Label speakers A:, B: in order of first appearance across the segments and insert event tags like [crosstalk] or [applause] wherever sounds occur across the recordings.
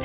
A: แถ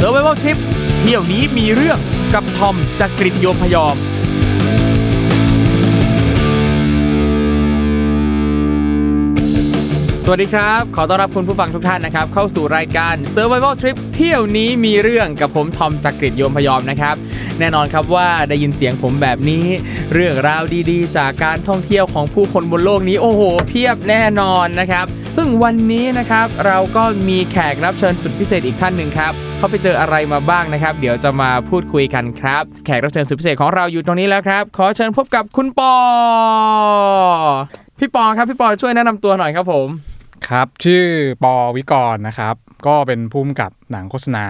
B: s u r v i v a l Trip เที่ยวนี้มีเรื่องกับทอมจากกรีฑโยมพยอม สวัสดีครับ ขอต้อนรับคุณผู้ฟังทุกท่านนะครับ เข้าสู่รายการ Survival Trip เที่ยวนี้มีเรื่องกับผมทอมจากกรีฑโยมพยอมนะครับ แน่นอนครับว่าได้ยินเสียงผมแบบนี้ เรื่องราวดีๆ จากการท่องเที่ยวของผู้คนบนโลกนี้โอ้โห เพียบแน่นอนนะครับ ซึ่งวันนี้นะครับเราก็มีแขกรับเชิญสุดพิเศษอีกท่านหนึ่งครับเขาไปเจออะไรมาบ้างนะครับ เดี๋ยวจะมาพูดคุยกันครับ แขกรับเชิญสุดพิเศษของเราอยู่ตรงนี้แล้วครับ ขอเชิญพบกับคุณปอ พี่ปอครับพี่ปอช่วยแนะนำตัวหน่อยครับผม
C: ครับชื่อปอวิกรนะครับ ก็เป็นผู้กำกับหนังโฆษณา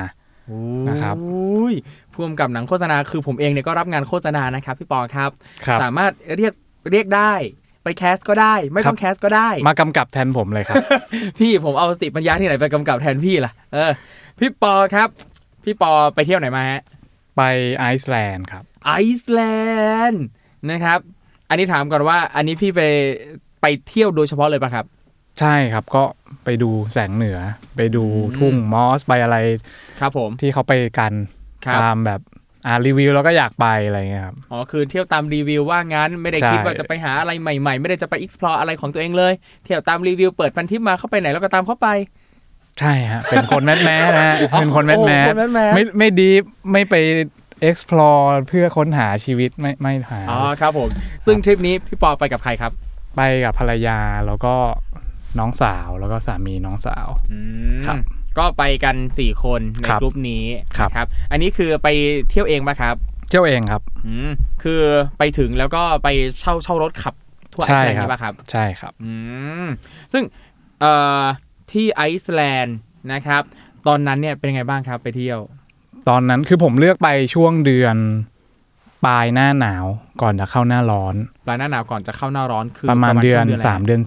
C: นะครับ
B: โอ้ยพ่วงกับหนังโฆษณาคือผมเองเนี่ยก็รับงานโฆษณานะครับพี่ปอครับ
C: ครับ
B: สามารถเรียกเรียกได้ ไปแคสก็ได้ ไม่ต้อง
C: ครับ
B: แคสก็ได้
C: มากำกับแทนผมเลยครับ [laughs]
B: พี่ผมเอาสติปัญญาที่ไหนไปกำกับแทนพี่ล่ะเออ พี่ปอครับ พี่ปอไปเที่ยวไหนมาฮะ
C: ไปไอซ์แลนด์ครับ
B: ไอซ์แลนด์นะครับ อันนี้ถามก่อนว่าอันนี้พี่ไปไปเที่ยวโดยเฉพาะเลยปะครับ
C: ใช่ครับก็ไปดูแสงเหนือ ไปดูทุ่งมอสไปอะไร
B: ครับผม
C: ที่เขาไปกัน
B: ครับ
C: ตามแบบอ่ารีวิวแล้วก็อยากไปอะไรเงี้ยครับ
B: อ๋อคือเที่ยวตามรีวิวว่างั้นไม่ได้คิด
C: ใช่
B: ว่าจะไปหาอะไรใหม่ๆ ไม่ได้จะไป explore อะไรของตัวเองเลยเที่ยวตามรีวิวเปิดพันทิปมาเข้าไปไหนแล้วก็ตามเข้าไป
C: ใช่ฮะเป็นคนแมสแมสนะฮะเป็นคนแมสแม
B: [laughs] โอ้
C: ส
B: คนแมสแมส
C: ไม่ไม่ดีฟไม่ไป explore เพื่อค้นหาชีวิตไม่ไม่หา
B: อ๋อครับผม ซึ่งทริปนี้พี่ปอไปกับใครครับ
C: ไปกับภรรยาแล้วก็น้องสาวแล้วก็สามีน้องสาว ครับ
B: ก็ไปกัน 4 คนใน
C: ครับ
B: กลุ่มนี้
C: ครับ
B: นะครับ อันนี้คือไปเที่ยวเองปะครับ
C: เที่ยวเองครับ
B: อืมคือไปถึงแล้วก็ไปเช่าเช่ารถขับทั่วไอ
C: ใช่
B: ซ์แลนด์
C: ครับ
B: ใช่ปะครับ
C: ใช่ครับ
B: อืมซึ่งเอ่อที่ไอซ์แลนด์นะครับ ตอนนั้นเนี่ยเป็นไงบ้างครับไปเที่ยว
C: ตอนนั้นคือผมเลือกไปช่วงเดือนปลายหน้าหนาวก่อนจะเข้าหน้าร้อน
B: ปลายหน้าหนาวก่อนจะเข้าหน้าร้อนคือ
C: ประมาณเดือ
B: ช่ว
C: น
B: งะไรเดือ
C: 3 เดือน
B: นสามเดือ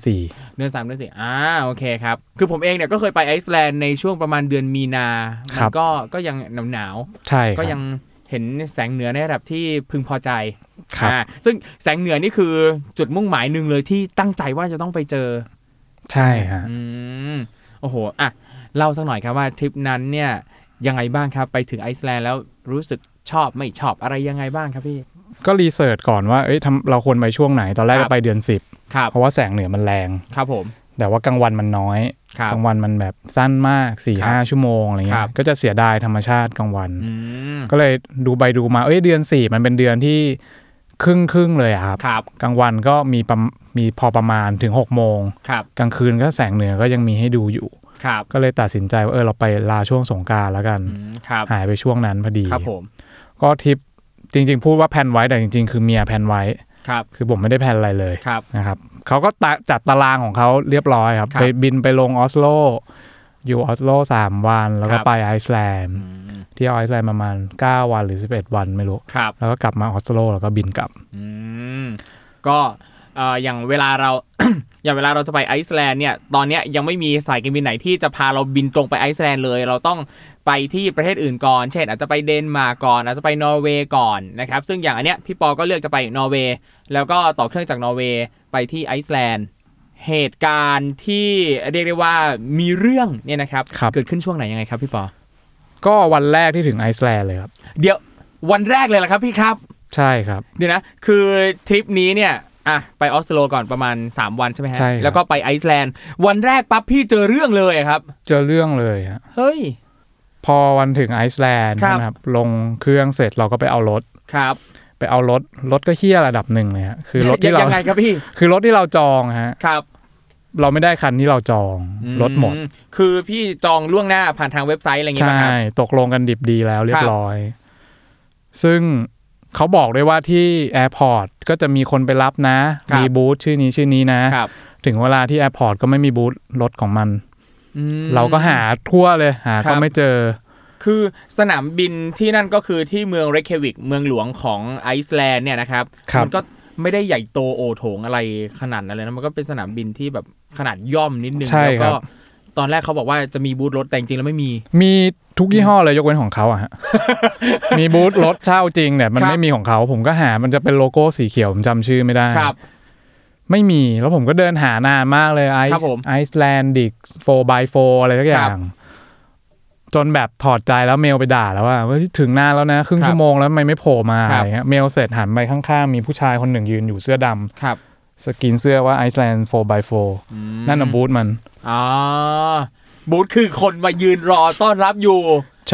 B: นสี่อ่าโอเคครับ คือผมเองเนี่ยก็เคยไปไอซ์แลนด์ในช่วงประมาณเดือนมีนา
C: ค
B: มั
C: รับ
B: ก็ก็ยังหนาวหนาวๆ
C: 4 ใช่
B: ก็
C: ค
B: ยั
C: รับ
B: งเห็นแสงเหนือในระดับที่พึงพอใจ
C: ครับ
B: อ่าซึ่งแสงเหนือนี่คือจุดมุ่งหมายหนึ่งเลยที่ตั้งใจว่าจะต้องไปเจอ
C: ใช่ฮะ
B: อืมโอ้โหอ่ะเล่าสักหน่อยครับว่าทริปนั้นเนี่ยยังไงบ้างครับไปถึงไอซ์แลนด์แล้วรู้สึกชอบไม่ชอบอะไรยังไงบ้างครับพี่
C: ก็รีเสิร์ชก่อนว่าเอ้ยทำเราควรไปช่วงไหน ตอนแรก
B: ครับ
C: ก็ไปเดือน
B: ครับ
C: 10 เพราะว่าแสงเหนือมันแรง
B: ครับผม
C: แต่ว่ากลางวันมันน้อย
B: ครับ
C: กลางวันมันแบบสั้นมาก4ี่
B: ครับ
C: ห้าชั่วโมงอะไร
B: ค
C: เงี้
B: รั
C: ย
B: บ
C: ก็จะเสียดายธรรมชาติกลางวัน
B: อืม
C: ก็เลยดูไปดูมาเอ้ยเดือน4มันเป็นเดือนที่ครึ่งครึ่งๆเลยอะครับ
B: ครับ
C: กลางวันก็มีประมมีพอประมาณถึง6โมง
B: ครับ
C: กลางคืนก็แสงเหนือก็ยังมีให้ดูอยู่
B: ครับ
C: ก็เลยตัดสินใจว่าเออเราไปลาช่วงสงกรารแล้วกัน
B: อืมครับ
C: หายไปช่วงนั้นพอดี
B: ครับผม
C: ก็ทริปจริง ๆ พูดว่าแพลนไว้แต่จริง ๆ คือเมียแพลนไว้
B: ครับ
C: คือผมไม่ได้แพลนอะไรเลย
B: ครับ
C: นะครับเขาก็ตะจัดตารางของเขาเรียบร้อยครับ
B: ครับ
C: ไปบินไปลงออสโล อยู่ออสโลสามวัน แล้
B: ค
C: วก็
B: รับ
C: ไปไอซ์แลนด์
B: อืม
C: เที่ยวไอซ์แลนด์ประมาณ 9 วันหรือ 11 วันไม่รู้
B: ครับ
C: แล้วก็กลับมาออสโลแล้วก็บินกลับ
B: อืมก็เอ่ออย่างเวลาเรา [coughs] อย่างเวลาเราจะไปไอซ์แลนด์เนี่ยตอนเนี้ยยังไม่มีสายการบินไหนที่จะพาเราบินตรงไปไอซ์แลนด์เลย เราต้องไปที่ประเทศอื่นก่อน เช่น อาจจะไปเดนมาร์กก่อน อาจจะไปนอร์เวย์ก่อนนะครับซึ่งอย่างอันเนี้ยพี่ปอก็เลือกจะไปนอร์เวย์แล้วก็ต่อเครื่องจากนอร์เวย์ไปที่ไอซ์แลนด์เหตุการณ์ที่เรียกได้ว่ามีเรื่องเนี่ยนะครับ
C: ครับ
B: เกิดขึ้นช่วงไหนยังไงครับพี่ปอ
C: ก็วันแรกที่ถึงไอซ์แลนด์เลยครับ
B: เดี๋ยววันแรกเลยเหรอครับพี่ครับ
C: ใช่ครับ
B: เดี๋ยวนะ คือทริปนี้เนี่ย อ่ะไปออสโลก่อนประมาณ 3 วันใช่ไหมฮะ
C: ใช่ครับ
B: แล้วก็ไปไอซ์แลนด์วันแรกปั๊บพี่เจอเรื่องเลยอะครับ
C: เจอเรื่องเลยฮะ
B: เฮ้ย
C: พอวันถึงไอซ์แลนด์
B: ครับ
C: นะครับลงเครื่องเสร็จเราก็ไปเอารถ
B: ครับ
C: ไปเอารถรถก็เฮี้ยระดับหนึ่งเลยฮะคือรถที่เรา
B: ยังไงครับพี่
C: คือรถที่เราจองฮะ
B: ครับ
C: เราไม่ได้คันที่เราจองรถหมด
B: อืคือพี่จองล่วงหน้าผ่านทางเว็บไซต์อะไรอย่างงี้
C: ใช่
B: ป่ะครับ
C: ตกลงกันดิบดีแล้วเรีย
B: ครับบ
C: ร้อย ซึ่งเขาบอกด้วยว่าที่แอร์พอร์ตก็จะมีคนไปรับนะ มีบูธชื่อนี้ชื่อนี้นะ
B: ครับ
C: ถึงเวลาที่แอร์พอร์ตก็ไม่มีบูธรถของมัน
B: อืม
C: เราก็หาทั่วเลยหา
B: ครั
C: ก็
B: บ
C: ไม่เจอ
B: คือสนามบินที่นั่นก็คือที่เมืองเรคเควิกเมืองหลวงของไอซ์แลนด์เนี่ยนะครับ
C: ครับ
B: มัก็ไม่ได้ใหญ่โตโอโถงอะไรขนาดนั้นเลยนะ มันก็เป็นสนามบินที่แบบขนาดย่อมนิดนึง
C: ใช่
B: แล้ว
C: ครั
B: ก็
C: บ
B: ตอนแรกเขาบอกว่าจะมีบูธรถแต่จริงๆแล้วไม่มี
C: มีทุกยี่ห้อเลยยกเว้นของเขาอะฮะ มีบูธรถเช่าจริงเนี่ยมัน
B: ครับ
C: ไม่มีของเขา ผมก็หามันจะเป็นโลโก้สีเขียวผมจำชื่อไม่ได้
B: ครับ
C: ไม่มีแล้วผมก็เดินหานานมากเลยไอ
B: ครับ
C: ซ์
B: ผม
C: ไอซ์แลนดิกโฟบายโฟอะไรทุกอ
B: ครั
C: ย่าง
B: บ
C: จนแบบถอดใจแล้วเมลไปด่าแล้วว่าเฮ้ยถึงนานแล้วนะ ครึ่
B: ค
C: ง
B: รับ
C: ชั่วโมงแล้วทำไมไม่โผล่มา
B: ค
C: อะ
B: รับ
C: ไรเงี้ยเมลเสร็จหันไปข้างๆ มีผู้ชายคนหนึ่งยืนอยู่เสื้อดำ
B: ครับ
C: สกรีนเสื้อว่าไอซ์แลนด์โฟบายโฟนั่นน่ะบูธมัน
B: อ๋อบูธคือคนมายืนรอต้อนรับอยู่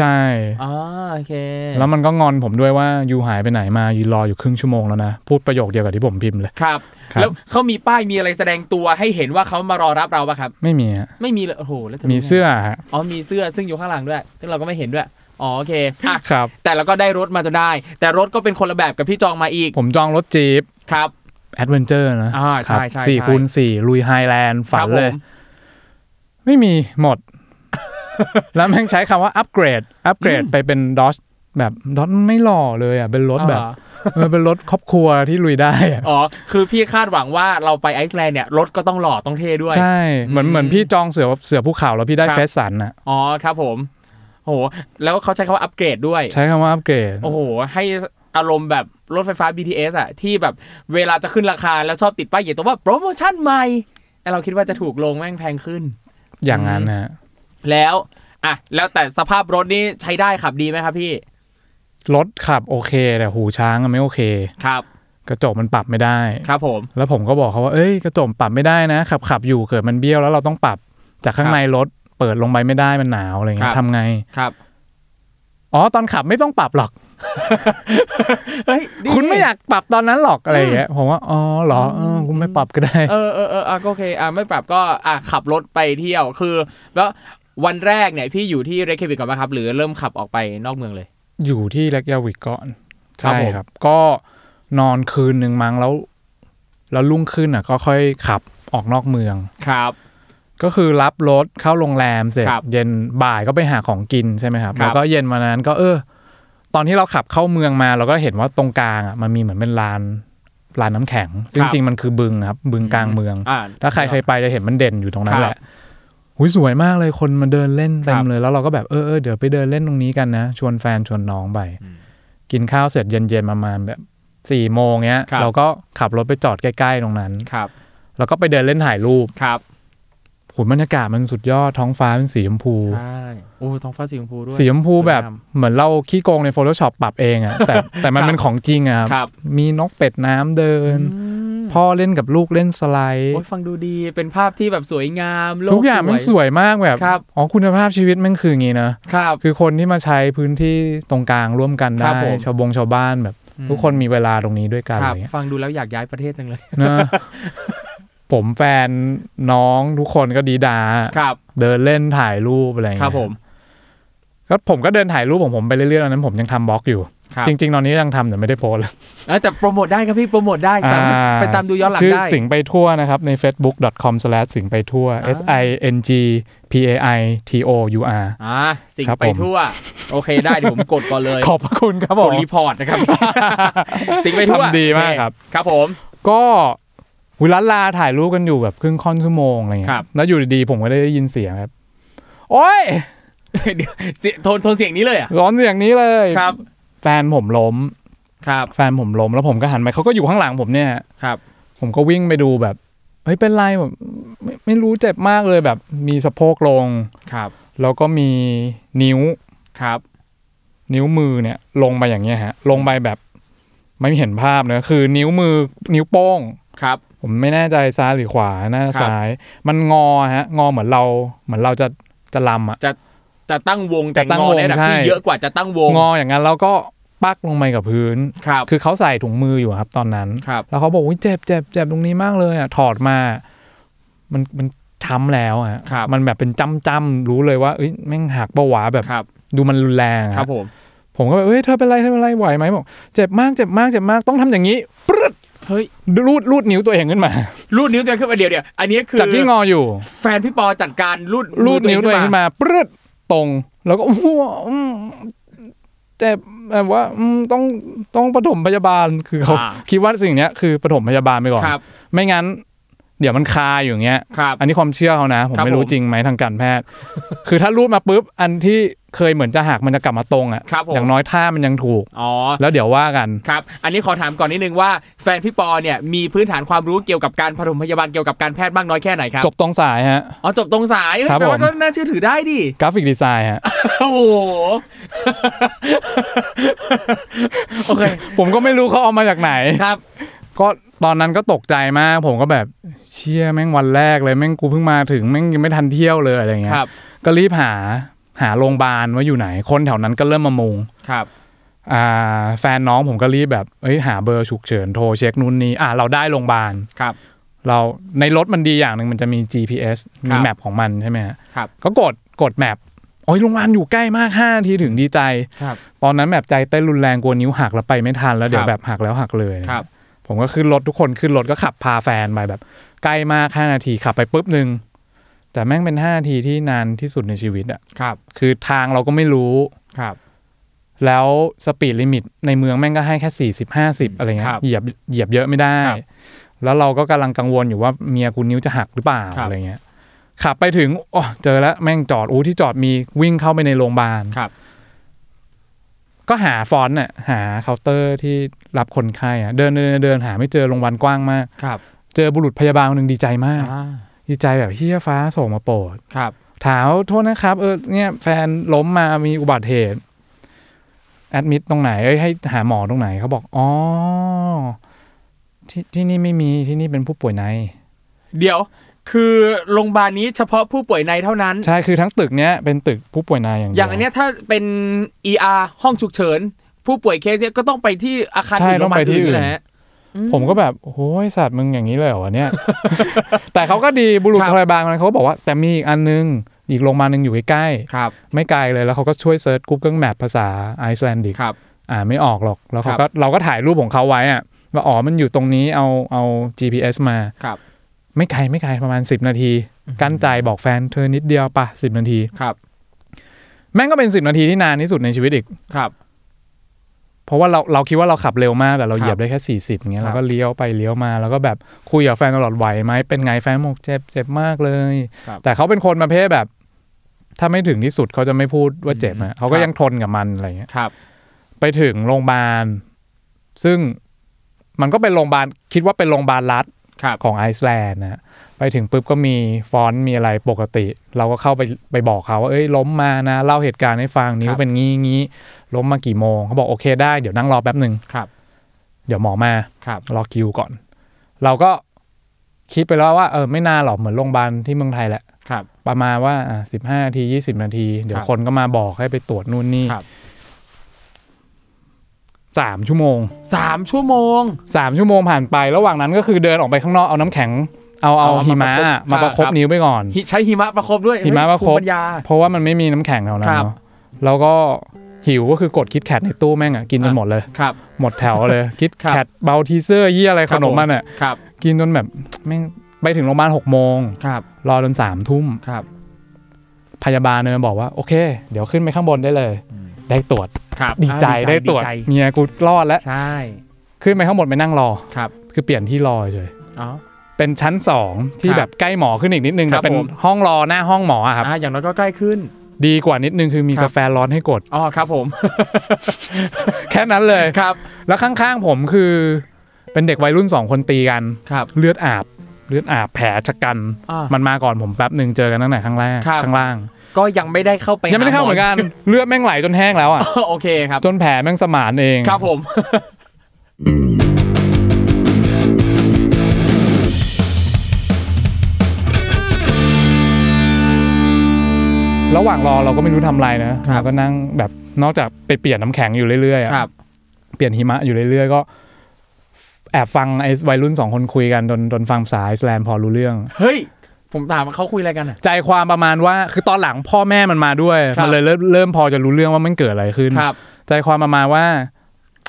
C: ใช่
B: อ๋อโอเค
C: แล้วมันก็งอนผมด้วยว่ายูหายไปไหนมายืนรออยู่ครึ่งชั่วโมงแล้วนะ พูดประโยคเดียวกับที่ผมพิมพ์เลย
B: ครับ
C: ครับ
B: แล้วเขามีป้ายมีอะไรแสดงตัวให้เห็นว่าเขามารอรับเราปะครับ
C: ไม่มีอะ
B: ไม่มีเลยโอ้โหแล้วจะรู้
C: มี
B: ไง
C: เสื้อฮะ
B: อ๋อมีเสื้อซึ่งอยู่ข้างหลังด้วย ซึ่งเราก็ไม่เห็นด้วย อ๋อโอเคอ่ะ
C: ครับ
B: แต่เราก็ได้รถมาจนได้ แต่รถก็เป็นคนละแบบกับที่จองมาอีก
C: ผมจองรถจีบ
B: ครับ
C: แอดเวนเจอร์นะ
B: อ่าใช่
C: ครับ
B: ใช่
C: สี่
B: ใช่
C: คูณสี่ลุยไฮแลนด์
B: ค
C: ฝั
B: รั
C: น
B: บ
C: เลย
B: ผม
C: ไม่มีหมด [laughs] แล้วแม่งใช้คำว่าอัปเกรด อัปเกรดไปเป็นดอ e แบบดอ e ไม่หล่อเลยอ่ะ เป็นรถแบบ
B: อ๋อ
C: เออเป็นรถครอบครัวที่ลุยได้อะ
B: อ๋อคือพี่คาดหวังว่าเราไปไอซ์แลนด์เนี่ยรถก็ต้องหล่อต้องเท่ด้วย
C: ใช่ เหมือน
B: อืม
C: เหมือนพี่จองเสือเสือภูเขาแล้วพี่ได้
B: ครับ
C: เฟสสันอ่ะ
B: อ๋อครับผมโอ้โหแล้วเขาใช้คำว่าอัปเกรดด้วย
C: ใช้คำว่าอัปเกรด
B: โอ้โห ให้อารมณ์แบบรถไฟฟ้า BTS อะที่แบบเวลาจะขึ้นราคาแล้วชอบติดป้ายใหญ่ตัวว่าโปรโมชั่นใหม่แต่เราคิดว่าจะถูกลงแม่งแพงขึ้น
C: อย่างนั้นนะฮะ
B: แล้วอ่ะแล้วแต่สภาพรถนี่ใช้ได้ขับดีไหมครับพี่
C: รถขับโอเค แต่หูช้างอะไม่โอเค
B: ครับ
C: กระจกมันปรับไม่ได้
B: ครับผม
C: แล้วผมก็บอกเขาว่า เอ้ย กระจกปรับไม่ได้นะขับขับอยู่เกิดมันเบี้ยวแล้วเราต้องปรับจากข้างในรถเปิดลงไปไม่ได้มันหนาวอะไร
B: ค
C: เงี้
B: รั
C: ย
B: บ
C: ทำไง
B: ครับ
C: อ๋อ ตอนขับไม่ต้องปรับหรอก
B: เฮ้ยดี
C: คุณไม่อยากปรับตอนนั้นหรอกอะไรเงี้ยผมว่า อ๋อเหรอเออคุณไม่ปรับก็ได้
B: [laughs] เออเออเอออ่ะก็โอเคอ่ะไม่ปรับก็อ่ะขับรถไปเที่ยวคือ แล้ววันแรกเนี่ยพี่อยู่ที่เรคเควิกก่อนไหมครับ หรือเริ่มขับออกไปนอกเมืองเลย
C: อยู่ที่เล็กยาวิกก่อน
B: ครับ
C: ใช่
B: ผม
C: ครับ ก็นอนคืนหนึ่งมั้งแล้ว แล้วรุ่งขึ้นอ่ะ ก็ค่อยขับออกนอกเมือง
B: ครับ
C: ก็คือรับรถเข้าโรงแรมเสร็จ
B: ครับ
C: เย็นบ่ายก็ไปหาของกินใช่ไหมครับ
B: ครับ
C: แล้วก็เย็นวันนั้นก็เออ ตอนที่เราขับเข้าเมืองมาเราก็เห็นว่าตรงกลางอ่ะมันมีเหมือนเป็นลานลานน้ำแข็งซึ่งจริงๆมันคือบึงครับ บึงกลางเมือง
B: อ่า
C: ถ้าใครเคยไปจะเห็นมันเด่นอยู่ตรงนั้
B: ครั
C: น
B: บ
C: แหละหุยสวยมากเลยคนมาเดินเล่นเต็
B: ครั
C: ม
B: บ
C: เลย แล้วเราก็แบบเออเออเดี๋ยวไปเดินเล่นตรงนี้กันนะ ชวนแฟนชวนน้องไป กินข้าวเสร็จเย็นๆประมาณแบบสี่โมงเงี้ย
B: ครับ
C: เราก็ขับรถไปจอดใกล้ๆตรงนั้น
B: ครับ
C: แล้วก็ไปเดินเล่นถ่ายรูป
B: ครับ
C: ขุนบรรยากาศมันสุดยอดท้องฟ้าเป็นสีชมพู
B: ใช่โอ้ท้องฟ้าสีชมพูด้วย
C: สีชมพูแบบ
B: สวยงาม
C: เหมือนเราขี้โกงใน Photoshop ปรับเองอะแต่แต่มั
B: ค
C: น
B: รับ
C: เป็นของจริงอะครับ
B: ครับ
C: มีนกเป็ดน้ำเดิน
B: อืม
C: พ่อเล่นกับลูกเล่นสไลด์
B: โอ้ยฟังดูดีเป็นภาพที่แบบสวยงามโล
C: ทุกอย่างมันสวยมากแบบ
B: ครับ
C: อ๋อคุณภาพชีวิตมันคืออย่างงี้นะ
B: ครับ
C: คือคนที่มาใช้พื้นที่ตรงกลางร่วมกัน
B: ครั
C: ได้
B: บผม
C: ชาวบงชาวบ้านแบบ ทุกคนมีเวลาตรงนี้ด้วยกัน
B: ค
C: อะ
B: รับ
C: ไรเงี้ย
B: ฟังดูแล้วอยากย้ายประเทศจังเลย
C: นะ ผมแฟนน้องทุกคนก็ดีดา
B: ครับ
C: เดินเล่นถ่ายรูปอะไรเงี้ย
B: ครับผม
C: ก็ผมก็เดินถ่ายรูปของผมไปเรื่อยๆตอนนั้นผมยังทำบล็อกอยู่
B: ครับ
C: จริง ๆ ตอนนี้ยังทำแต่ไม่ได้โพสต์
B: เอ้ยแต่โปรโมทได้ครับพี่โปรโมทได้สามารถ
C: อ่
B: ไปตามดูย้อนหลัง
C: ชื่อ
B: ได้
C: สิงห์ไปทั่วนะครับ ใน facebook.com slash สิงห์ไปทั่ว
B: อ่า
C: s i n g p a i t o u r
B: อ่าสิ่ง
C: ครับ
B: ไป
C: ผม
B: ทั่ว โอเคได้เดี๋ยวผมกดก่อนเลย
C: ขอบพระคุณครับผ
B: ก
C: ม
B: ดรีพอร์ต
C: [laughs]
B: นะครับ สิ่งไปทั่ว
C: ทำดีมากครับ
B: โอเครับผม
C: ก็วิลันลาถ่ายรูปกันอยู่แบบครึ่งค่อนชั่วโมงอะไรเงี้
B: ครับ
C: ยแล้วอยู่ดีๆ ผมก็ได้ยินเสียงครับ โอ้ย
B: เดี๋ยวเสียโทนโทนเสียงนี้เลยอ่ะ
C: ร้อนเสียงนี้เลย
B: ครับ
C: แฟนผมล้ม
B: ครับ
C: แฟนผมล้ม แล้วผมก็หันไปเขาก็อยู่ข้างหลังผมเนี่ย
B: ครับ
C: ผมก็วิ่งไปดูแบบ เฮ้ยเป็นไรแบบไม่ไม่รู้เจ็บมากเลยแบบ มีสะโพกลง
B: ครับ
C: แล้วก็มีนิ้ว
B: ครับ
C: นิ้วมือเนี่ยลงไปอย่างเงี้ยฮะ ลงไปแบบไม่เห็นภาพนะคือนิ้วมือนิ้วโป้ง
B: ครับ
C: ผมไม่แน่ใจซ้ายหรือขวาน่า
B: ครับ
C: ซ้าย มันงอฮะ งอเหมือนเรา เหมือนเราจะจะลำอ่ะ
B: จะจะตั้งวงแต่
C: จะตั้ง
B: งอ
C: วง
B: ในระดับที่
C: ใช่
B: เยอะกว่าจะตั้งวง
C: งออย่างนั้นแล้วก็ปักลงไปกับพื้น
B: ครับ
C: คือเขาใส่ถุงมืออยู่ครับตอนนั้น
B: ครับ
C: แล้วเขาบอกว่าเจ็บเจ็บเจ็บตรงนี้มากเลยอ่ะถอดมา มันมันช้ำแล้วอะฮะ
B: ครับ
C: มันแบบเป็นจ้ำจ้ำๆรู้เลยว่าเอ้ยแม่งหักเบาหวาแบบ
B: ครับ
C: ดูมันรุนแรงอะ
B: ครับผม
C: ผมก็แบบเอ้ยเธอเป็นไรเธอเป็นไรไหวไหมบอกเจ็บมากเจ็บมากเจ็บมากต้องทำอย่างนี้ปรึ๊ด
B: เฮ้ย
C: รูดรูดนิ้วตัวเองขึ้นมา
B: รูดนิ้วตัวเองขึ้นมาเดี๋ยวเดี๋ยวอันนี้คือ
C: จากที่งออยู่
B: แฟนพี่ปอจัดการรูด
C: รูดนิ้วตัวเองขึ้นมาปรึ๊ดตรง แล้วก็โอ้โหอืมเจ็บแบบว่าอืมต้องต้องปฐมพยาบาลคือเขาคิดว่าสิ่งเนี้ยคือปฐมพยาบาลไปก่อน
B: ครับ
C: ไม่งั้น เดี๋ยวมันคาอยู่อย่างเงี้ย
B: ครับ
C: อันนี้ความเชื่อเขานะ ผม
B: ครับ
C: ไม่รู้
B: ผม
C: จริงไหมทางการแพทย์ [laughs] คือถ้ารูดมาปุ๊บ อันที่เคยเหมือนจะหักมันจะกลับมาตรงอ่ะ
B: ครับผม
C: อย่างน้อยท่ามันยังถูก
B: อ๋อ
C: แล้วเดี๋ยวว่ากัน
B: ครับ อันนี้ขอถามก่อนนิดนึงว่าแฟนพี่ปอเนี่ยมีพื้นฐานความรู้เกี่ยวกับการผสมพยาบาลเกี่ยวกับการแพทย์มากน้อยแค่ไหนครับ
C: จบตรงสายฮะ
B: อ๋อจบตรงสายเฮ้ย
C: ครับ
B: แปลว่า
C: ผม
B: ก็น่าเชื่อถือได้ดิ
C: กราฟิกดีไซน์
B: [laughs]
C: ฮะ
B: โอ้โห โอเค
C: ผมก็ไม่รู้เขาเอามาจากไหน
B: ครับ
C: ก็ตอนนั้นก็ตกใจมาก ผมก็แบบเชี่ยแม่งวันแรกเลยแม่งกูเพิ่งมาถึงแม่งยังไม่ทันเที่ยวเลยอะไรเงี้
B: ค
C: ย
B: รับ
C: ก็รีบหาหาโรงพยาบาลว่าอยู่ไหน คนแถวนั้นก็เริ่มมามุง
B: ครับ
C: อ่าแฟนน้องผมก็รีบแบบเอ้ยหาเบอร์ฉุกเฉินโทรเช็คนู่นนี่อ่าเราได้โรงพยาบาล
B: ครับ
C: เราในรถมันดีอย่างหนึ่งมันจะมี GPS
B: ครั
C: มี
B: บ
C: แมปของมันใช่ไหมฮะ
B: ครับ
C: ก็กดกดแมปโอ้ยโรงพยาบาลอยู่ใกล้มาก5นาทีถึงดีใจ
B: ครับ
C: ตอนนั้นแบบใจเต้นรุนแรงกลัวนิ้วหักแล้วไปไม่ทันแล้วเดี๋
B: ค
C: ย
B: รั
C: ว
B: บ
C: แบบหักแล้วหักเลย
B: ครับ
C: ผมก็ขึ้นรถทุกคนขึ้นรถก็ขับพาแฟนไปแบบ ใกล้มาก5นาทีขับไปปุ๊บหนึ่งแต่แม่งเป็น5นาทีที่นานที่สุดในชีวิตอะ
B: ครับ
C: คือทางเราก็ไม่รู้
B: ครับ
C: แล้วสปีดลิมิตในเมืองแม่งก็ให้แค่สี่สิบห้าสิบอะไรเงี้
B: ครั
C: ย
B: บ
C: เหยียบเหยียบเยอะไม่ได้
B: ครับ
C: แล้วเราก็กำลังกังวลอยู่ว่าเมียกูนิ้วจะหักหรือเปล่าอะไรเงี้ยขับไปถึงโอ้เจอแล้วแม่งจอดอู้ที่จอดมีวิ่งเข้าไปในโรงพยาบาล
B: ครับ
C: ก็หาฟอนต์น่ะหาเคาน์เตอร์ที่รับคนไข้อะเดินเดินเดินหาไม่เจอโรงพยาบาลกว้างมาก
B: ครับ
C: เจอบุรุษพยาบาลคนหนึ่งดีใจมาก
B: อ่า
C: ดีใจแบบเฮียฟ้าส่งมาโปรด
B: ครับ
C: ถามว่าโทษนะครับเออเนี่ยแฟนล้มมามีอุบัติเหตุแอดมิดตรงไหนเอ้ยให้หาหมอตรงไหนเขาบอกอ๋อที่ที่นี่ไม่มีที่นี่เป็นผู้ป่วยใน
B: เดี๋ยว คือโรงพยาบาลนี้เฉพาะผู้ป่วยในเท่านั้น
C: ใช่คือทั้งตึกเนี้ยเป็นตึกผู้ป่วยในอย่างเดีว
B: อย่างอันเนี้ยถ้าเป็น ER ห้องฉุกเฉิน ผู้ป่วยเคสเนี่ยก็ต้องไปที่อาคาร
C: ใช่
B: อื่นโร
C: ต้อง
B: พยา
C: ไป
B: บาล
C: ที่
B: อื่น
C: อื่
B: นี่
C: น
B: แหละ
C: ผมก็แบบโอ้ยสัตว์มึงอย่างนี้เลยเหรอวะเนี่ย
B: [laughs]
C: แต่เขาก็ดีบุรุษ
B: ครับ
C: พยาบาลคนนั้นเขาก็บอกว่าแต่มีอีกอันนึง อีกโรงพยาบาลหนึ่งอยู่ใกล้
B: ครับ
C: ๆไม่ไกลเลยแล้วเขาก็ช่วยเซิร์ช Google Map ภาษาไอซ์แลนดิก
B: ครับ
C: อ่านไม่ออกหรอก แล้วเขา
B: ครั
C: ก็
B: บ
C: เราก็ถ่ายรูปของเขาไว้อะว่าอ๋อมันอยู่ตรงนี้เอาเอา GPS มา
B: ครับ
C: ไม่ไกลไม่ไกลประมาณ 10 นาที กั้นใจบอกแฟนเธอนิดเดียวปะ10 นาที
B: ครับ
C: แม่งก็เป็น 10 นาทีที่นานที่สุดในชีวิตอีก
B: ครับ
C: เพราะว่าเราเราคิดว่าเราขับเร็วมาก แต่เรา
B: ครับ
C: เหยียบได้แค่ 40อย่างเงี้
B: ครับ
C: ยเราก็เลี้ยวไปเลี้ยวมา แล้วก็แบบคุยกับแฟนตลอดไหวไหมเป็นไงแฟนบอกเจ็บเจ็บมากเลย แต่เขาเป็นคนประเภทแบบ ถ้าไม่ถึงที่สุดเขาจะไม่พูดว่าเจ็บอะเขาก็ยังทนกับมันอะไรอย่างเงี้ย
B: ครับ
C: ไปถึงโรงพยาบาล ซึ่งมันก็เป็นโรงพยาบาลคิดว่าเป็นโรงพยาบาลรัฐ
B: ครับ
C: ของไอซ์แลนด์นะไปถึงปุ๊บก็มีฟอนต์มีอะไรปกติ เราก็เข้าไปไปบอกเขาว่าเอ้ยล้มมานะ เล่าเหตุการณ์ให้ฟังนิ้
B: ค
C: ว
B: รับ
C: เป็นงี้งี้ล้มมากี่โมงเขาบอกโอเคได้เดี๋ยวนั่งรอแป๊บหนึ่ง
B: ครับ
C: เดี๋ยวหมอมา
B: ครับ
C: อคิวก่อน เราก็คิดไปแล้วว่าเออไม่นานหรอกเหมือนโรงพยาบาลที่เมืองไทยแหละ
B: ครับ
C: ประมาณว่าสิบห้านาทียี่สิบนาที เดี๋ย
B: คว รับ
C: คนก็มาบอกให้ไปตรวจนู่นนี่
B: ครับ
C: สามชั่วโมง
B: สามชั่วโมง
C: สามชั่วโมงผ่านไประหว่างนั้นก็คือเดินออกไปข้างนอกเอาน้ำแข็ง เอาเอา
B: เอามา
C: หิมะ
B: ประคบ
C: มาประคบ
B: ครับ
C: นิ้วไปก่อน
B: หิใช้หิมะประคบด้วย
C: หิมะประค
B: ภู
C: บ
B: มิปัญญา
C: เพราะว่ามันไม่มีน้ำแข็งแถวนั้น
B: ครับ
C: เนอะแล้วก็หิวก็คือกดคิดแคทในตู้แม่งอ่ะกินจน
B: อ่ะ
C: หม
B: [laughs]
C: ดเลย
B: ครับ
C: หมดแถวเลย คิด
B: ครับ
C: แคทเบลทีเซอร์ยี่อะไรขนมมันอ่ะ
B: ครับ
C: กินจนแบบแม่งไปถึงโรงพยาบาลหกโมง
B: ครับ
C: รอจนสามทุ่ม
B: ครับ
C: พยาบาลเนี่ยมาบอกว่าโอเค เดี๋ยวขึ้นไปข้างบนได้เลย ได้ตรวจ
B: ครับ
C: ดีใจได้ตรวจเมียกูรอดแล้ว
B: ใช่
C: ขึ้นไปข้างบนไปนั่งรอ
B: ครับ
C: คือเปลี่ยนที่รอเฉย
B: อ๋อ
C: เป็นชั้นสองที่
B: ครับ
C: แบบใกล้หมอขึ้นอีกนิดนึง
B: ครั
C: แต่
B: บ
C: เป็น
B: ผม
C: ห้องรอหน้าห้องหมออะครับ
B: อ่าอย่างน้อยก็ใกล้ขึ้น
C: ดีกว่านิดนึงคือมี
B: ครับ
C: กาแฟร้อนให้กด
B: อ๋อ ครับผม [laughs]
C: แค่นั้นเลย
B: ครับ
C: แล้วข้างๆผมคือ เป็นเด็กวัยรุ่นสองคนตีกัน
B: ครับ
C: เลือดอาบ เลือดอาบแผลชะกัน
B: อ่ามั
C: มันมาก่อนผมแป๊บหนึ่งเจอกันตั้งแต่ข้างแรก
B: ครับ
C: ข้างล่าง
B: ก็ยังไม่ได้เข้าไป
C: ยังไม่ได้เข้าเหมือนกันเลือดแม่งไหลจนแห้งแล้วอ่ะ
B: อ๋อโอ [laughs] เคครับ
C: จนแผลแม่งสมานเอง
B: ครับผม
C: ระหว่างรอเราก็ไม่รู้ทำอะไรนะครับ เราก็นั่งแบบนอกจากไปเปลี่ยนน้ำแข็งอยู่เรื่อยๆอะ
B: ครับ
C: เปลี่ยนหิมะอยู่เรื่อยๆ ก็ แอบฟังไอ้วัยรุ่นสองคนคุยกันจนจนฟังภาษาไอซ์แลนด์พอรู้เรื่อง
B: เฮ้ย ผมถามว่าเขาคุยอะไรกันอ่ะ
C: ใจความประมาณว่าคือตอนหลังพ่อแม่มันมาด้วย
B: ครับ
C: มันเลยเริ่มเริ่มพอจะรู้เรื่องว่ามันเกิดอะไรขึ้น
B: ครับ
C: ใจความประมาณว่า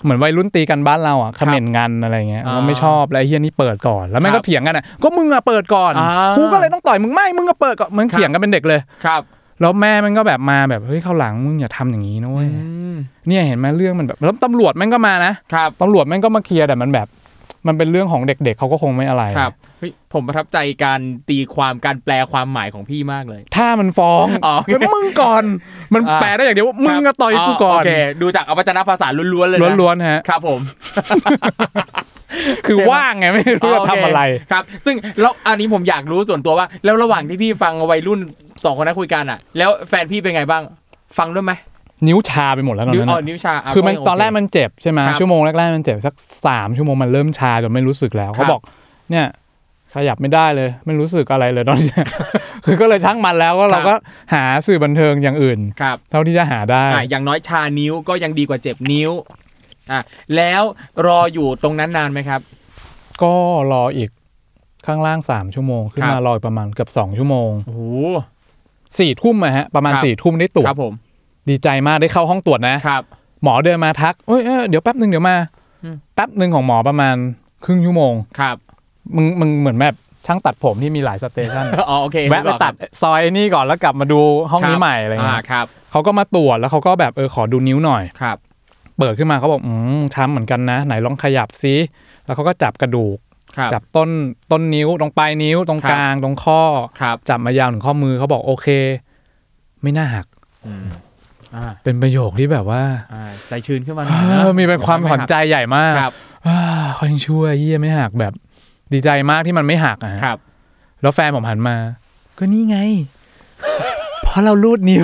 C: เหมือนวัยรุ่นตีกันบ้านเราอ่ะเขม่นกันอะไรเงี้ย
B: อ่า
C: เราไม่ชอบแล้วไอ้เฮียนี่เปิดก่อน แล้วแม่ง
B: ครั
C: ก็
B: บ
C: เถียงกันอ่ะก็มึงอ่ะเปิดก่อน
B: อ่ากู
C: กูก็เลยต้องต่อยมึงไม่มึงก็เปิดก่อนมึง
B: ครับ
C: เถียงกันเป็นเด็กเลย
B: ครับ
C: แล้วแม่มันก็แบบมาแบบเฮ้ยเข้าวหลังมึงอย่าทำอย่างนี้นะเว้ยเนี่ยเห็นไหมเรื่องมันแบบแล้วตำรวจแม่งก็มานะ
B: ครับ
C: ตำรวจแม่งก็มาเคลียร์แต่มันแบบ มันเป็นเรื่องของเด็กๆเขาก็คงไม่อะไร
B: ครับเฮ้ยผมประทับใจการตีความการแปลความหมายของพี่มากเลย
C: ถ้ามันฟ้อง
B: อ๋อ
C: ก็มึงก่อน มัน
B: อ่า
C: แปลได้อย่างเดียวว่ามึงก็ต่อยกูก่อน
B: โอเค ดูจากอวัจนภาษาล้วนๆเลยนะ
C: ล้วนๆฮะ
B: ครับผม
C: คือว่างไงไม่รู้จะ
B: โเค
C: ทำอะไร
B: ครับ ซึ่งแล้วอันนี้ผมอยากรู้ส่วนตัวว่า แล้วระหว่างที่พี่ฟังวัยรุ่นสองคนนั้นคุยกันอ่ะ แล้วแฟนพี่เป็นไงบ้าง ฟังด้วยไหม
C: นิ้วชาไปหมดแล้วตอน
B: นิ้ว
C: นั้น
B: อ่อ
C: อะ
B: นิ้วชาะ
C: คือมัน
B: ก็ยังโเ
C: ตอนแรกมันเจ็บใช่ไหม
B: ครับ
C: ชั่วโมงแรกๆมันเจ็บสักสามชั่วโมงมันเริ่มชาจนไม่รู้สึกแล้ว
B: ครั
C: เขา
B: บ
C: บอก เนี่ย ขยับไม่ได้เลย ไม่รู้สึกอะไรเลยตอนเนี้ย [laughs] คือก็เลยช่างมันแล้วก็เราก็หาสื่อบันเทิงอย่างอื่น
B: ครับ
C: เท่าที่จะหาได้
B: อ่ะอย่างน้อยชานิ้วก็ยังดีกว่าเจ็บนิ้วอ่ะแล้วรออยู่ตรงนั้นนานไหมครับ
C: ก็รออีกข้างล่างสามชั่วโมง ขึ้น
B: ครับ
C: มารออีกประมาณเกือบสองชั่วโมง
B: โอ้
C: สี่ทุ่มอะฮะประมาณ
B: ครับ
C: สี่ทุ่มได้ตรว
B: ค
C: จ
B: รับผม
C: ดีใจมากได้เข้าห้องตรวจนะ
B: ครับ
C: หมอเดินมาทักเอ้ยเอ้ยเดี๋ยวแป๊บหนึ่งเดี๋ยวมา
B: อืม
C: แป๊บหนึ่งของหมอประมาณครึ่งชั่วโมง
B: ครับ
C: มึงมึงเหมือนแบบช่างตัดผมที่มีหลายสเตชัน
B: อ๋อโอเค
C: แวะไปตัดซอยนี่ก่อนแล้วกลับมาดูห้องนี้ใหม่อะไร
B: อ่า
C: เงี้ย
B: ครับ
C: เขาก็มาตรวจแล้วเขาก็แบบเออขอดูนิ้วหน่อย
B: ครับ
C: เปิดขึ้นมาเขาบอกอืมช้ำเหมือนกันนะ ไหนลองขยับซิแล้วเขาก็จับกระดูก
B: ครับ
C: จับต้นต้นนิ้วตรงปลายนิ้วตรง
B: ครับ
C: กลางตรงข้อ
B: ครับ
C: จับมายาวถึงข้อมือเขาบอกโอเค ไม่น่าหัก
B: อืมอ่า
C: เป็นประโยคที่แบบว่า
B: อ่าใจชื้นขึ้นมาหน่อย
C: เอ
B: นะ
C: อมีเป็นความถอนใจใหญ่มาก
B: ครับ
C: อ่าเขายังช่วยเยี่ยไม่หักแบบ ดีใจมากที่มันไม่หักอ่ะ
B: ครับ
C: แล้วแฟนผมหันมา ก็นี่
B: [laughs]
C: ไง เพราะเราลูดนิ้ว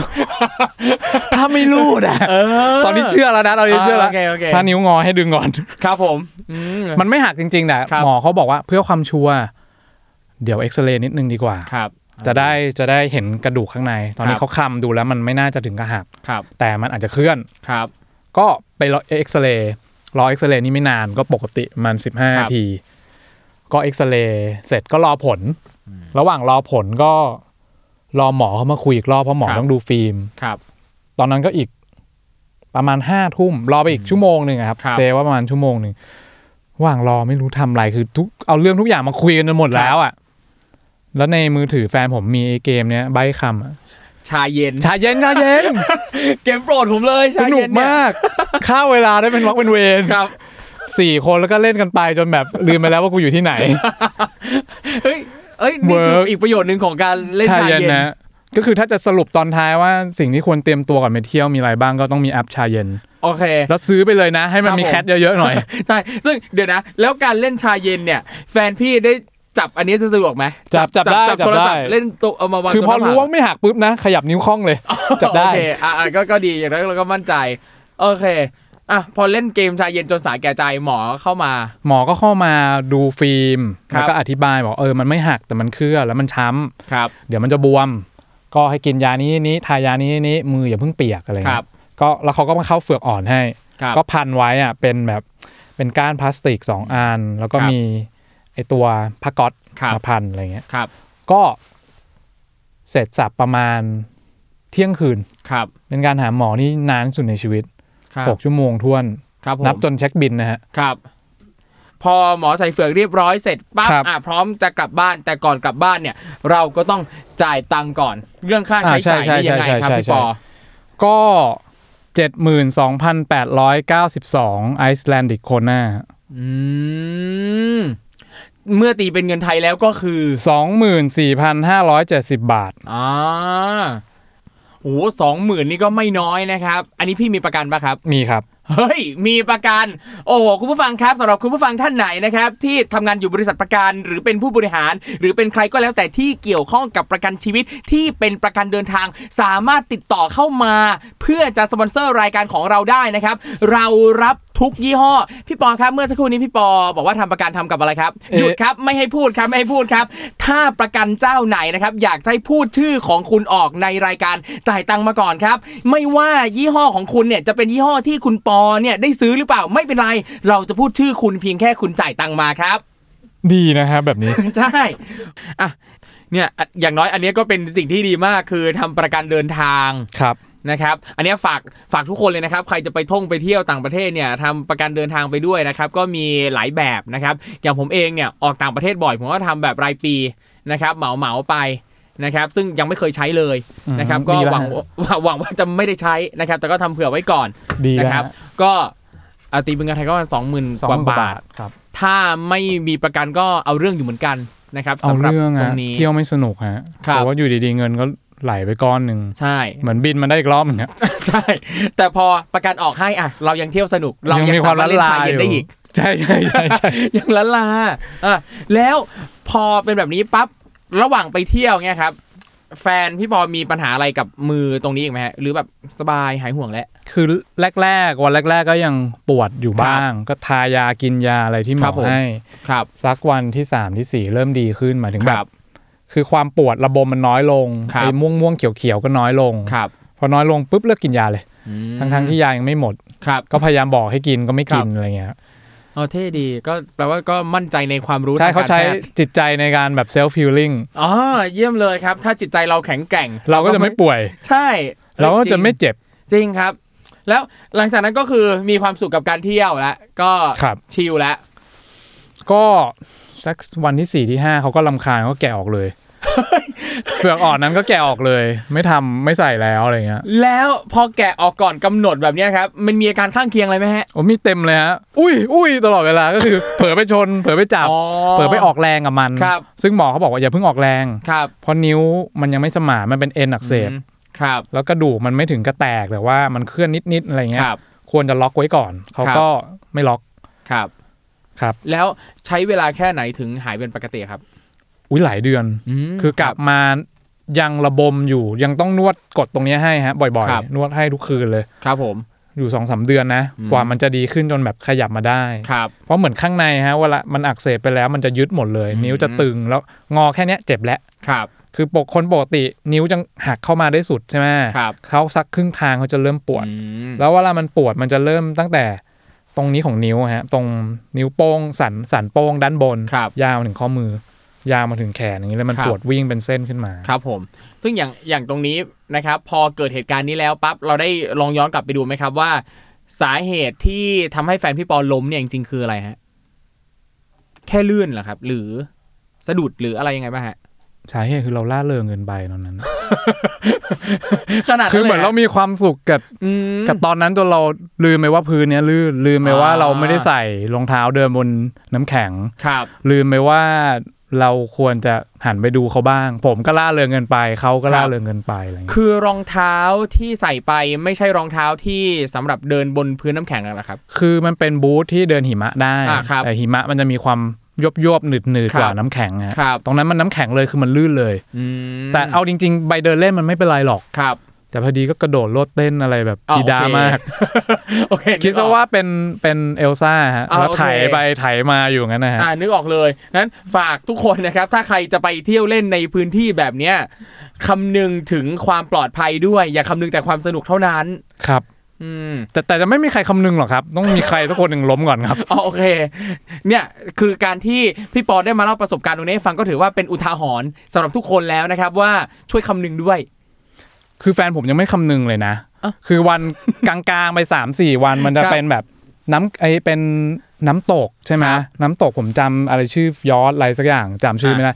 C: [laughs] ถ้าไม่ลูดอ่ะตอนนี้เชื่อแล้วนะตอนนี้เชื่อแล้ว
B: โอเคโอเค
C: ถ้านิ้วงอให้ดึงก่อน
B: ครับผมอืม
C: มันไม่หักจริงๆแต่
B: ครับ
C: หมอเขาบอกว่าเพื่อความชัวร์เดี๋ยวเอ็กซเรย์นิดนึงดีกว่า
B: ครับ
C: จะได้จะได้เห็นกระดูกข้างใน ตอน
B: ค
C: นี้
B: รับ
C: เขาคำดูแล้วมันไม่น่าจะถึงกระหัก
B: ครับ
C: แต่มันอาจจะเคลื่อน
B: ครับ
C: ก็ไปรอเอ็กซเรย์รอเอ็กซเรย์นี่ไม่นานก็ปกติประมันสิบห้า
B: ครับ
C: ที ก็เอ็กซเรย์เสร็จก็รอผล ระหว่างรอผลก็ รอหมอเขามาคุยอีกรอบเพราะหมอต้องดูฟิล์ม
B: ครับ
C: ตอนนั้นก็อีกประมาณห้าทุ่มรอไปอีกชั่วโมงหนึ่งอะครับ
B: ครับ
C: เจว่าประมาณชั่วโมงหนึ่งว่างรอไม่รู้ทำอะไรคือทุกเอาเรื่องทุกอย่างมาคุยกันจนหมดแล้วอ่ะ แล้วในมือถือแฟนผมมีไอ้เกมเนี้ยใบคำอะ
B: ชาเย็น
C: ชาเย็นชาเย็น
B: เกมโปรดผมเลย
C: ส
B: ชา
C: นุก
B: เย็นเนี่ย
C: มากข้าวเวลาได้เป็นวักเป็นเวร
B: ครับ
C: สี่คนแล้วก็เล่นกันไปจนแบบลืมไปแล้วว่ากูอยู่ที่ไหน
B: เฮ้ยเอ้ยนี่คือ
C: Work
B: อีกประโยชน์หนึ่งของการเล่นชาเย็น
C: นะก็คือถ้าจะสรุปตอนท้ายว่าสิ่งที่ควรเตรียมตัวก่อนไปเที่ยวมีอะไรบ้างก็ต้องมีแอปชาเย็น
B: โอเค
C: แล้วซื้อไปเลยนะ ให้มันมี
B: ครับผม
C: แคทเยอะๆหน่อย
B: ใช่ซึ่งเดี๋ยวนะ แล้วการเล่นชาเย็นเนี่ย แฟนพี่ได้จับอันนี้จะสะดวกไหม
C: จับจับได้
B: จับ
C: จับ
B: โทรศัพท์
C: ได้
B: เล่นตัวเอามาวาง
C: คือพอ
B: ตงหน้
C: รู้ว่าไม่หักปุ๊บนะ ขยับนิ้วข้องเลย
B: ผาก
C: จับได้
B: โอเคอ่ะอ่ะก็ก็ดีอย่างนั้นเราก็มั่นใจ โอเคอ่ะพอเล่นเกมชาเย็นจนสาแก่ใจหมอเข้ามา
C: หมอก็เข้ามาดูฟิล์ม
B: ครับ
C: แล้วก็อธิบายบอกเออมันไม่หักแต่มันเคลื่อนแล้วมันช้
B: ครับ
C: ำเดี๋ยวมันจะบวม ก็ให้กินยานี้นี้ทายานี้นี้มืออย่าเพิ่งเปียกอะไร
B: ครั
C: เงี้
B: บ
C: ยก็แล้วเขาก็มาเข้าเฟือกอ่อนให้
B: ครับ
C: ก็พันไว้อ่ะเป็นแบบเป็นก้านพลาสติกสองอัน แล้วก็
B: ครับ
C: มีไอตัวผ้าก๊อต
B: ครับ
C: มาพันอะไรเงี้ย
B: ครับ
C: ก็เสร็จสับประมาณเที่ยงคืน
B: ครับ
C: เป็นการหาหมอนี่นานที่สุดในชีวิต
B: ครับ
C: หกชั่วโมงท้วน
B: ครับผม
C: นับจนเช็คบินนะฮะ
B: ครับ พอหมอใส่เฟือกเรียบร้อยเสร็จปั๊บ
C: ครับ
B: อ่ะพร้อมจะกลับบ้านแต่ก่อนกลับบ้านเนี่ย เราก็ต้องจ่ายตังค์ก่อน เรื่องค่าใช้จ่าย
C: อ่าใช่
B: นี่ยังไง
C: ใช่
B: ครับ
C: ใช่
B: พี่
C: ใช่
B: ปอ
C: ก็ 72,892ไอซ์แลนดิกโคนา
B: อืมเมื่อตีเป็นเงินไทยแล้วก็คือ
C: 24,570 บาท
B: อ่าโอ้สองหมื่นนี่ก็ไม่น้อยนะครับ อันนี้พี่มีประกันปะครับ
C: มีครับ
B: เฮ้ย มีประกัน โอ้โห คุณผู้ฟังครับสำหรับคุณผู้ฟังท่านไหนนะครับ ที่ทำงานอยู่บริษัทประกัน หรือเป็นผู้บริหาร หรือเป็นใครก็แล้วแต่ที่เกี่ยวข้องกับประกันชีวิตที่เป็นประกันเดินทาง สามารถติดต่อเข้ามา เพื่อจะสปอนเซอร์รายการของเราได้นะครับ เรารับ ทุกยี่ห้อ พี่ปอครับเมื่อสักครู่นี้พี่ปอบอกว่าทำประกันทำกับอะไรครับ หยุดครับไม่ให้พูดครับไม่ให้พูดครับ ถ้าประกันเจ้าไหนนะครับอยากจะให้พูดชื่อของคุณออกในรายการจ่ายตังค์มาก่อนครับ ไม่ว่ายี่ห้อของคุณเนี่ยจะเป็นยี่ห้อที่คุณปอเนี่ยได้ซื้อหรือเปล่าไม่เป็นไร เราจะพูดชื่อคุณเพียงแค่คุณจ่ายตังค์มาครับ [laughs]
C: ดีนะครับแบบนี้
B: ใช่อ่ะเนี่ยอ่ะอย่างน้อยอันเนี้ยก็เป็นสิ่งที่ดีมากคือทำประกันเดินทาง
C: ครับ
B: นะครับอันเนี้ยฝากฝากทุกคนเลยนะครับ ใครจะไปท่องไปเที่ยวต่างประเทศเนี่ยทำประกันเดินทางไปด้วยนะครับ ก็มีหลายแบบนะครับ อย่างผมเองเนี่ยออกต่างประเทศบ่อย ผมก็ทำแบบรายปีนะครับเหมาเหมาๆไปนะครับ ซึ่งยังไม่เคยใช้เลยนะครับ
C: อืม
B: ก็
C: ดีแล้ว
B: หวังว่าหวังว่าจะไม่ได้ใช้นะครับ แต่ก็ทำเผื่อไว้ก่อน
C: ดีแล้ว
B: นะครับ ก็เอาตีเป็นเงินไทยก็ประมาณสองหมื่น
C: สอง
B: กว่า
C: หมื่นกว่า
B: บา
C: บา
B: ท
C: ทครับ
B: ถ้าไม่มีประกันก็เอาเรื่องอยู่เหมือนกันนะครับ
C: เอา
B: สำหรับ
C: เรื่อง
B: ตร
C: อะ
B: งนี้
C: เที่ยวไม่สนุกฮะ
B: ครับ
C: เพราะว่าอยู่ดีๆเงินก็ไหลไปก้อนหนึ่ง
B: ใช่
C: เหมือนบินมาได้อีกรอบหนึงอะ
B: ใช่ แต่พอประกันออกให้อ่ะ เรายังเที่ยวสนุก เรายังสามารถเล่นชายเย็นได้อีก
C: ใช่ใช่ใช่ใช่
B: ยังละลาอ่ะแล้วพอเป็นแบบนี้ปั๊บระหว่างไปเที่ยวเนี่ยครับ แฟนพี่ปอมีปัญหาอะไรกับมือตรงนี้อีกไหมฮะหรือแบบสบายหายห่วงแล้ว [laughs]
C: คือแรกๆ วันแรก ๆ ก็ยังปวดอยู่บ้าง ก็ทายากินยาอะไรที่หม
B: ครั
C: อบ
B: ผม
C: ให้
B: ครับ
C: สักวันที่สามที่สี่เริ่มดีขึ้นหมายถึง
B: ค
C: แบ
B: รับ
C: บคือความปวดระบมมันน้อยลง
B: ครับ
C: ไอ้ม่วงม่วงๆเขียวเขียวๆก็น้อยลง
B: ครับ
C: พอน้อยลงปุ๊บเลิกกินยาเลย
B: อืม
C: ทั้งๆที่ยายังไม่หมด
B: ครับ
C: ก็พยายามบอกให้กินก็ไม่กินอะไรเงี้ย
B: อ๋อเท่ดีก็แปลว่าก็มั่นใจในความรู้
C: ใช่เขา
B: ทงกร
C: ใช้
B: แพทย์
C: จิตใจในการแบบเซลฟ์ฟิลลิ่ง
B: อ๋อเยี่ยมเลยครับ ถ้าจิตใจเราแข็งแกร่ง
C: เราก็จะไม่ป่วย
B: ใช่
C: เราก็จะไม่
B: จริง
C: เจ็บ
B: จริงครับ แล้วหลังจากนั้นก็คือมีความสุขกับการเที่ยวแล้วก็
C: ครับ
B: ชิลแล้ว
C: ก็สักวันที่สี่ที่ห้าเขาก็ลำคาญเขาก็แกะออกเลยเปลือกอ่อนนั้นก็แกะออกเลย ไม่ทำไม่ใส่แล้วอะไรเงี้ย
B: แล้วพอแกะออกก่อนกำหนดแบบเนี้ยครับ มันมีอาการข้างเคียงอะไรไหมฮะ
C: โอ้มีเต็มเลยฮะอุ้ยอุ้ยตลอดเวลาก็คือ เผลอไปชน เผลอไปจับ
B: อ๋อ
C: เผลอไปออกแรงกับมัน
B: ครับ
C: ซึ่งหมอเขาบอกว่าอย่าเพิ่งออกแรง
B: ครับ
C: เพราะนิ้วมันยังไม่สมานมันเป็นเอ็นอักเสบ
B: อืมครับ
C: แล้วกระดูกมันไม่ถึงกระแตกแต่ว่ามันเคลื่อนนิดๆอะไร
B: ค
C: เงี้ย
B: รับ
C: ควรจะล็อกไว้ก่อน เขา
B: ครับ
C: ก็ไม่ล็อก
B: ครับ
C: ครับ
B: แล้วใช้เวลาแค่ไหนถึงหายเป็นปกติครับ
C: อุ้ยหลายเดือน
B: ม
C: คือกลับมายังระบมอยู่ยังต้องนวดกดตรงเนี้ยให้ฮะ บ่อย
B: ครับ
C: ๆ นวดให้ทุกคืนเลย
B: ครับผม
C: อยู่สองสาเดือนนะ
B: อืม
C: กว่ามันจะดีขึ้นจนแบบขยับมาได้
B: ครับ
C: เพราะเหมือนข้างในฮะเวลามันอักเสบไปแล้วมันจะยึดหมดเลย
B: อืม
C: นิ้วจะตึงแล้วงอแค่เนี้ยเจ็บแล้ว
B: ครับ
C: คือปกคนปกตินิ้วจะหักเข้ามาได้สุดใช่ไหม
B: ครับ
C: เขาสักครึ่งทางเขาจะเริ่มปวด
B: อืม
C: แล้วเวลามันปวดมันจะเริ่มตั้งแต่ตรงนี้ของนิ้วฮะตรงนิ้วโป้งสันสันโป้งด้านบน
B: ครับ
C: ยาวมาถึงข้อมือยาวมาถึงแขนอย่างนี้แล้วมัน
B: ครับ
C: ปวดวิ่งเป็นเส้นขึ้นมา
B: ครับผม ซึ่งอย่างอย่างตรงนี้นะครับ พอเกิดเหตุการณ์นี้แล้วปั๊บเราได้ลองย้อนกลับไปดูไหมครับว่า สาเหตุที่ทำให้แฟนพี่ปอล้มเนี่ยจริงๆคืออะไรฮะแค่ลื่นเหรอครับ หรือสะดุดหรืออะไรยังไงบ้างฮะ
C: สาเหตุคือเราล่าเริงเกินไปตอนนั้น
B: ขนาด
C: คือเหมือนเรามีความสุขกับ
B: อืม
C: กับตอนนั้นจนเราลืมไปว่าพื้นเนี้ยลื่นลืมไปว่า
B: อ่า
C: เราไม่ได้ใส่รองเท้าเดินบนน้ำแข็ง
B: ครับ
C: ลืมไปว่าเราควรจะหันไปดูเขาบ้าง ผมก็ล่าเริงเกินไปเขาก็
B: ครับ
C: ล่าเริงเกินไปอะไรอย่างเงี้ย
B: คือรองเท้าที่ใส่ไปไม่ใช่รองเท้าที่สำหรับเดินบนพื้นน้ำแข็งแล้วนะครับ
C: คือมันเป็นบูธที่เดินหิมะได้
B: อ่าครับ
C: แต่หิมะมันจะมีความยบยบๆหนืดหนืดๆ
B: ครับ
C: กว่าน้ำแข็งอะ
B: ครับ
C: ตรงนั้นมันน้ำแข็งเลยคือมันลื่นเลย
B: อืม
C: แต่เอาจริง ๆ ใบเดินเล่นมันไม่เป็นไรหรอก
B: ครับ
C: แต่พอดีก็กระโดดโลดเต้นอะไรแบบ
B: อ่า
C: ดีดา
B: โอเค
C: มาก
B: โอเคนึกออก
C: คิดซะว่าเป็นเป็นเอลซ่าฮะ
B: อ่า
C: แล้ว
B: โอเค
C: ไถไปไถมาอยู่งั้นนะฮะ
B: อ่านึกออกเลยนั้นฝากทุกคนนะครับ ถ้าใครจะไปเที่ยวเล่นในพื้นที่แบบเนี้ยคำนึงถึงความปลอดภัยด้วย อย่าคำนึงแต่ความสนุกเท่านั้น
C: ครับ
B: อืม
C: แต่แต่จะไม่มีใครคำนึงหรอกครับ ต้องมีใครสักคนหนึ่งล้มก่อนครับ
B: อ๋อโอเค เนี่ยคือการที่พี่ปอได้มาเล่าประสบการณ์ตรงนี้ให้ฟังก็ถือว่าเป็นอุทาหรณ์สำหรับทุกคนแล้วนะครับ ว่าช่วยคำนึงด้วย
C: คือแฟนผมยังไม่คำนึงเลยนะ
B: อ่ะ
C: คือวัน กลางๆไป3ามสี่วันมันจะ
B: ครับ
C: เป็นแบบน้ำไอเป็นน้ำตกใช่ไหม
B: ครับ
C: น้ำตกผมจำอะไรชื่อยอดอะไรสักอย่างจำชื่อ
B: ฮะ
C: ไม่ได้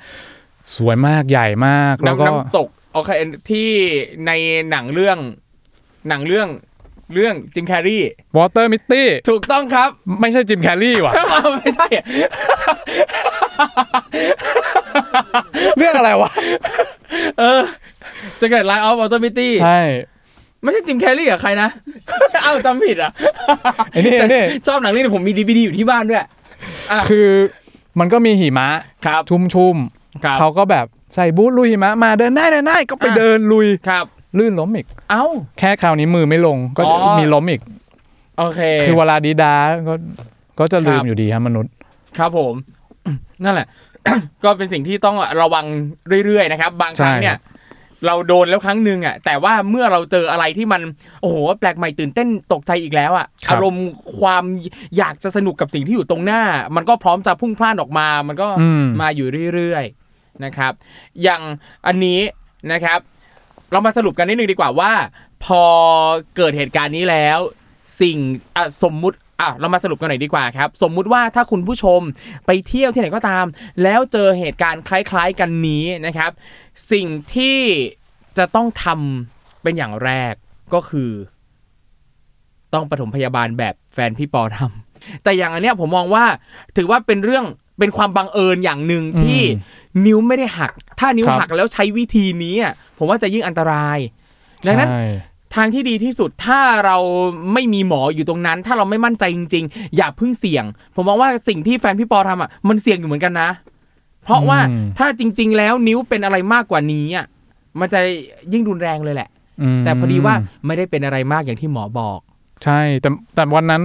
C: สวยมากใหญ่มากแล้ว
B: น้ำ
C: ก็
B: น้ำตกโอเคที่ในหนังเรื่อง หนังเรื่องเรื่องจิมแคร์รี
C: วอเตอร์มิตตี้
B: ถูกต้องครับ [laughs]
C: ไม่ใช่จิมแคลรี่ว่ะ
B: ไม่ใช่ [laughs] อะ
C: เรื่องอะไรวะ
B: เออ Secret Life of Walter Mitty
C: ใช่
B: ไม่ใช่จิมแคร์รีกับใครนะ [laughs] เอ้าจำผิดอ่ะ
C: ไอ้นี่ไอ้นี่
B: ชอบหนังเรื่องนี้ผมมีดี d ดีอยู่ที่บ้านด้วย
C: คือมันก็มีหิมะ
B: ครับ
C: ชุ่มๆ
B: ครับ
C: เขาก็แบบใส่บูทลุยหิมะมาเดินได้เดินได้ก็ไป
B: อ่ะ
C: เดินลุย
B: ครับ
C: ลื่นล้มอีก
B: เอ้า
C: แค่คราวนี้มือไม่ลงก็
B: อ๋อ
C: มีล้มอีก
B: โอเค
C: คือเวลาดีดาก็ก็จะลื
B: ครั
C: ม
B: บ
C: อยู่ดีฮะมนุษย์
B: ครับผม [coughs] นั่นแหละ [coughs] ก็เป็นสิ่งที่ต้องระวังเรื่อยๆนะครับ บางครั้ง
C: ใช่
B: เนี่ย เราโดนแล้วครั้งหนึ่งอ่ะ แต่ว่าเมื่อเราเจออะไรที่มัน โอ้โห แปลกใหม่ตื่นเต้นตกใจอีกแล้วอ่ะอารมณ์ความอยากจะสนุกกับสิ่งที่อยู่ตรงหน้า มันก็พร้อมจะพุ่งพล่านออกมา มันก็
C: อืม
B: มาอยู่เรื่อยๆนะครับ อย่างอันนี้นะครับ เรามาสรุปกันนิดนึงดีกว่าว่า พอเกิดเหตุการณ์นี้แล้ว สิ่งอ่ะสมมุติอ่ะเรามาสรุปกันหน่อยดีกว่าครับ สมมุติว่าถ้าคุณผู้ชมไปเที่ยวที่ไหนก็ตาม แล้วเจอเหตุการณ์คล้าย ๆ กันนี้นะครับ สิ่งที่จะต้องทำเป็นอย่างแรกก็คือ ต้องปฐมพยาบาลแบบแฟนพี่ปอทำแต่อย่างอันเนี้ยผมมองว่าถือว่าเป็นเรื่องเป็นความบังเอิญอย่างหนึ่งที่
C: อื
B: นิ้วไม่ได้หัก ถ้านิ้ว
C: ครับ
B: หักแล้วใช้วิธีนี้อ่ะผมว่าจะยิ่งอันตราย ดังนั้น
C: ใช่
B: ทางที่ดีที่สุดถ้าเราไม่มีหมออยู่ตรงนั้น ถ้าเราไม่มั่นใจจริง ๆ อย่าเพิ่งเสี่ยง ผมมองว่าสิ่งที่แฟนพี่ปอทำอ่ะมันเสี่ยงอยู่เหมือนกันนะ เพราะว่าถ้าจริง ๆ แล้วนิ้วเป็นอะไรมากกว่านี้อ่ะมันจะยิ่งรุนแรงเลยแหละ
C: ม
B: แต่พอดีว่าไม่ได้เป็นอะไรมากอย่างที่หมอบอก
C: ใช่แต่แต่วันนั้น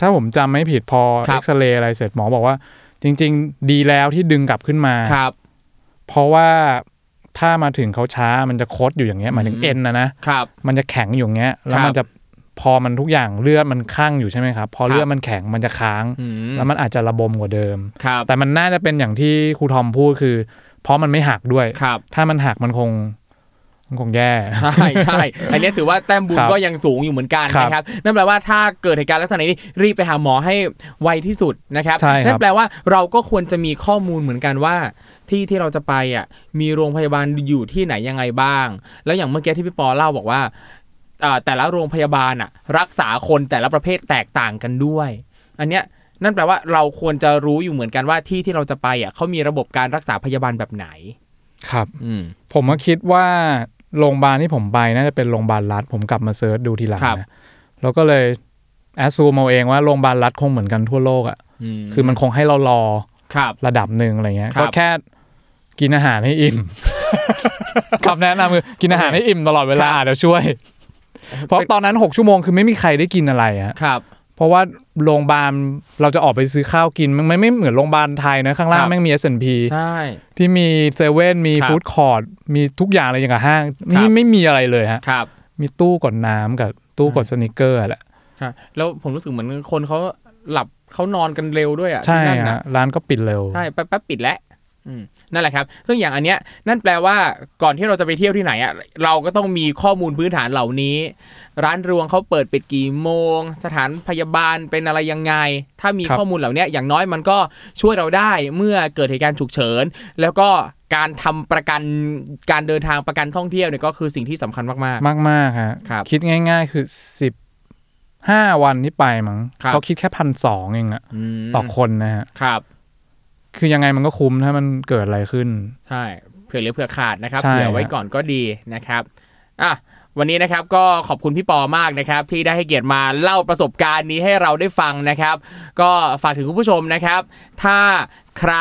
C: ถ้าผมจำไม่ผิดพอ
B: ครั
C: เอ็
B: บ
C: กซเรย์อะไรเสร็จหมอบอกว่า จริง ๆ ดีแล้วที่ดึงกลับขึ้นมา
B: ครับ
C: เพราะว่าถ้ามาถึงเขาช้ามันจะคดอยู่อย่างเงี้ยหมายถึง
B: อืม
C: เอ็นนะนะ
B: ครับ
C: มันจะแข็งอยู่อย่างเงี้ย แล้ว
B: ครับ
C: มันจะพอมันทุกอย่างเลือดมันคั่งอยู่ใช่ไหมครับ พอ
B: ครับ
C: เลือดมันแข็งมันจะค้าง
B: อืม
C: แล้วมันอาจจะระบมกว่าเดิม
B: ครับ
C: แต่มันน่าจะเป็นอย่างที่ครูทอมพูดคือ เพราะมันไม่หักด้วย
B: ครับ
C: ถ้ามันหักมันคง มันคงแย่
B: ใช่ใช่อันนี้ถือว่าแต้มบุญ
C: ครับ
B: ก็ยังสูงอยู่เหมือนกัน
C: ครับ
B: นะครับ นั่นแปลว่าถ้าเกิดเหตุการณ์ลักษณะนี้รีบไปหาหมอให้ไวที่สุดนะครับ
C: ใช่ครับ
B: นั่นแปลว่าเราก็ควรจะมีข้อมูลเหมือนกันว่า ที่ที่เราจะไปอ่ะมีโรงพยาบาลอยู่ที่ไหนยังไงบ้าง แล้วอย่างเมื่อกี้ที่พี่ปอเล่าบอกว่าอ่าแต่ละโรงพยาบาลอ่ะรักษาคนแต่ละประเภทแตกต่างกันด้วย อันเนี้ยนั่นแปลว่าเราควรจะรู้อยู่เหมือนกันว่าที่ที่เราจะไปอ่ะเขามีระบบการรักษาพยาบาลแบบไหน
C: ครับ
B: อืม
C: ผมก็คิดว่าโรงพยาบาลที่ผมไปน่าจะเป็นโรงพยาบาลรัฐ ผมกลับมาเซิร์ชดูทีหลัง
B: ครับ
C: นะแล้วก็เลยแอสซูมเอาเองว่าโรงพยาบาลรัฐคงเหมือนกันทั่วโลกอะ่ะคือมันคงให้เรารอ
B: ครับ
C: ระดับหนึ่งอะไรเงี้ย
B: ครับ
C: ก็แค่กินอาหารให้อิ่
B: [laughs]
C: มคำแนะนำคือกินอาหารให้อิ่มตลอดเวลา
B: ครับ
C: เดี๋ยวช่วย เพราะตอนนั้นหกชั่วโมงคือไม่มีใครได้กินอะไรอะ
B: ครับ
C: เพราะว่าโรงพยาบาลเราจะออกไปซื้อข้าวกิน มันไม่ไม่เหมือนโรงพยาบาลไทยนะ ข้างล่า
B: ค
C: ง
B: รับ
C: แม่งมี S&P
B: ใช่
C: ที่มีเซเว่นมี
B: ครับ
C: ฟู้ดคอร์ทมีทุกอย่างอะไรอย่างกับห้าง
B: ครั
C: นี่
B: บ
C: ไม่มีอะไรเลยฮะ
B: ครับ
C: มีตู้กดน้ำกับตู้กดสนิเกอร์แหละ
B: ครับแล้วผมรู้สึกเหมือนคนเขาหลับเขานอนกันเร็วด้วยอ่ะ
C: ใช่
B: ที่นั่นนะ
C: ฮะร้านก็ปิดเร็ว
B: ใช่แป๊บๆปิดแล้วอืมนั่นแหละครับ ซึ่งอย่างอันเนี้ยนั่นแปลว่าก่อนที่เราจะไปเที่ยวที่ไหนอ่ะเราก็ต้องมีข้อมูลพื้นฐานเหล่านี้ ร้านรวงเขาเปิดปิดกี่โมง สถานพยาบาลเป็นอะไรยังไง ถ้ามี
C: ครับ
B: ข้อมูลเหล่าเนี้ยอย่างน้อยมันก็ช่วยเราได้เมื่อเกิดเหตุการณ์ฉุกเฉิน แล้วก็การทำประกันการเดินทางประกันท่องเที่ยวเนี่ยก็คือสิ่งที่สำคัญมาก
C: มากมากๆฮะ
B: ครับ
C: คิดง่าย ๆ คือสิบห้าวันที่ไปมั้ง
B: ครับ
C: เขาคิดแค่พันสองเองอะ
B: ๆอืม
C: ต่อคนนะฮะ
B: ครับ
C: คือยังไงมันก็คุ้มถ้ามันเกิดอะไรขึ้น
B: ใช่เผื่อเหลือเผื่อขาดนะครับ
C: ใช่
B: เผื่อไว้
C: ฮะ
B: ก่อนก็ดีนะครับอ่ะวันนี้นะครับก็ขอบคุณพี่ปอมากนะครับ ที่ได้ให้เกียรติมาเล่าประสบการณ์นี้ให้เราได้ฟังนะครับ ก็ฝากถึงคุณผู้ชมนะครับ ถ้าใคร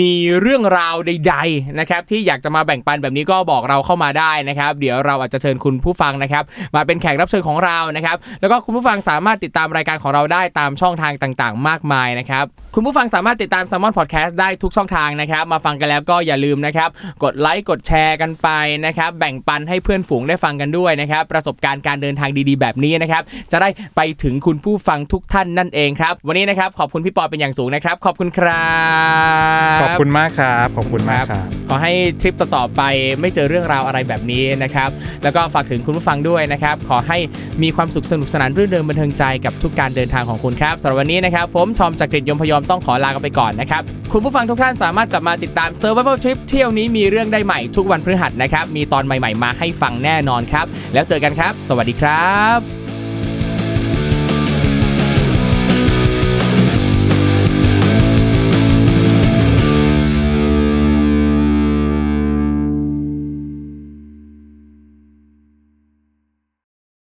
B: มีเรื่องราวใด ๆนะครับ ที่อยากจะมาแบ่งปันแบบนี้ก็บอกเราเข้ามาได้นะครับ เดี๋ยวเราอาจจะเชิญคุณผู้ฟังนะครับ มาเป็นแขกรับเชิญของเรานะครับ แล้วก็คุณผู้ฟังสามารถติดตามรายการของเราได้ตามช่องทางต่างๆ มากมายนะครับ คุณผู้ฟังสามารถติดตาม s ซ l m o n Podcast ได้ทุกช่องทางนะครับ มาฟังกันแล้วก็อย่าลืมนะครับ กดไลค์กดแชร์กันไปนะครับ แบ่งปันให้เพื่อนฝูงได้ฟังกันด้วยนะครับ ประสบการณ์การเดินทางดีๆ แบบนี้นะครับ จะได้ไปถึงคุณผู้ฟังทุกท่านนั่นเองครับ วันนี้นะครับขอบคุณพี่ปอเป็นอย่างสูงนะครับ ขอบคุณครับ
C: ขอบคุณมากครับขอบคุณมากครับ
B: ขอให้ทริปต่อๆไปไม่เจอเรื่องราวอะไรแบบนี้นะครับ แล้วก็ฝากถึงคุณผู้ฟังด้วยนะครับ ขอให้มีความสุขสนุกสนานรื่นเริงบันเทิงใจกับทุกการเดินทางของคุณครับสำหรับวันนี้นะครับ ผมทอมจากกรีฑยมพยอมต้องขอลากันไปก่อนนะครับ คุณผู้ฟังทุกท่านสามารถกลับมาติดตาม Survival Trip เที่ยวนี้มีเรื่องได้ใหม่ทุกวันพฤหัสนะครับ มีตอนใหม่ ๆ มาให้ฟังแน่นอนครับ แล้วเจอกันครับ สวัสดีครับ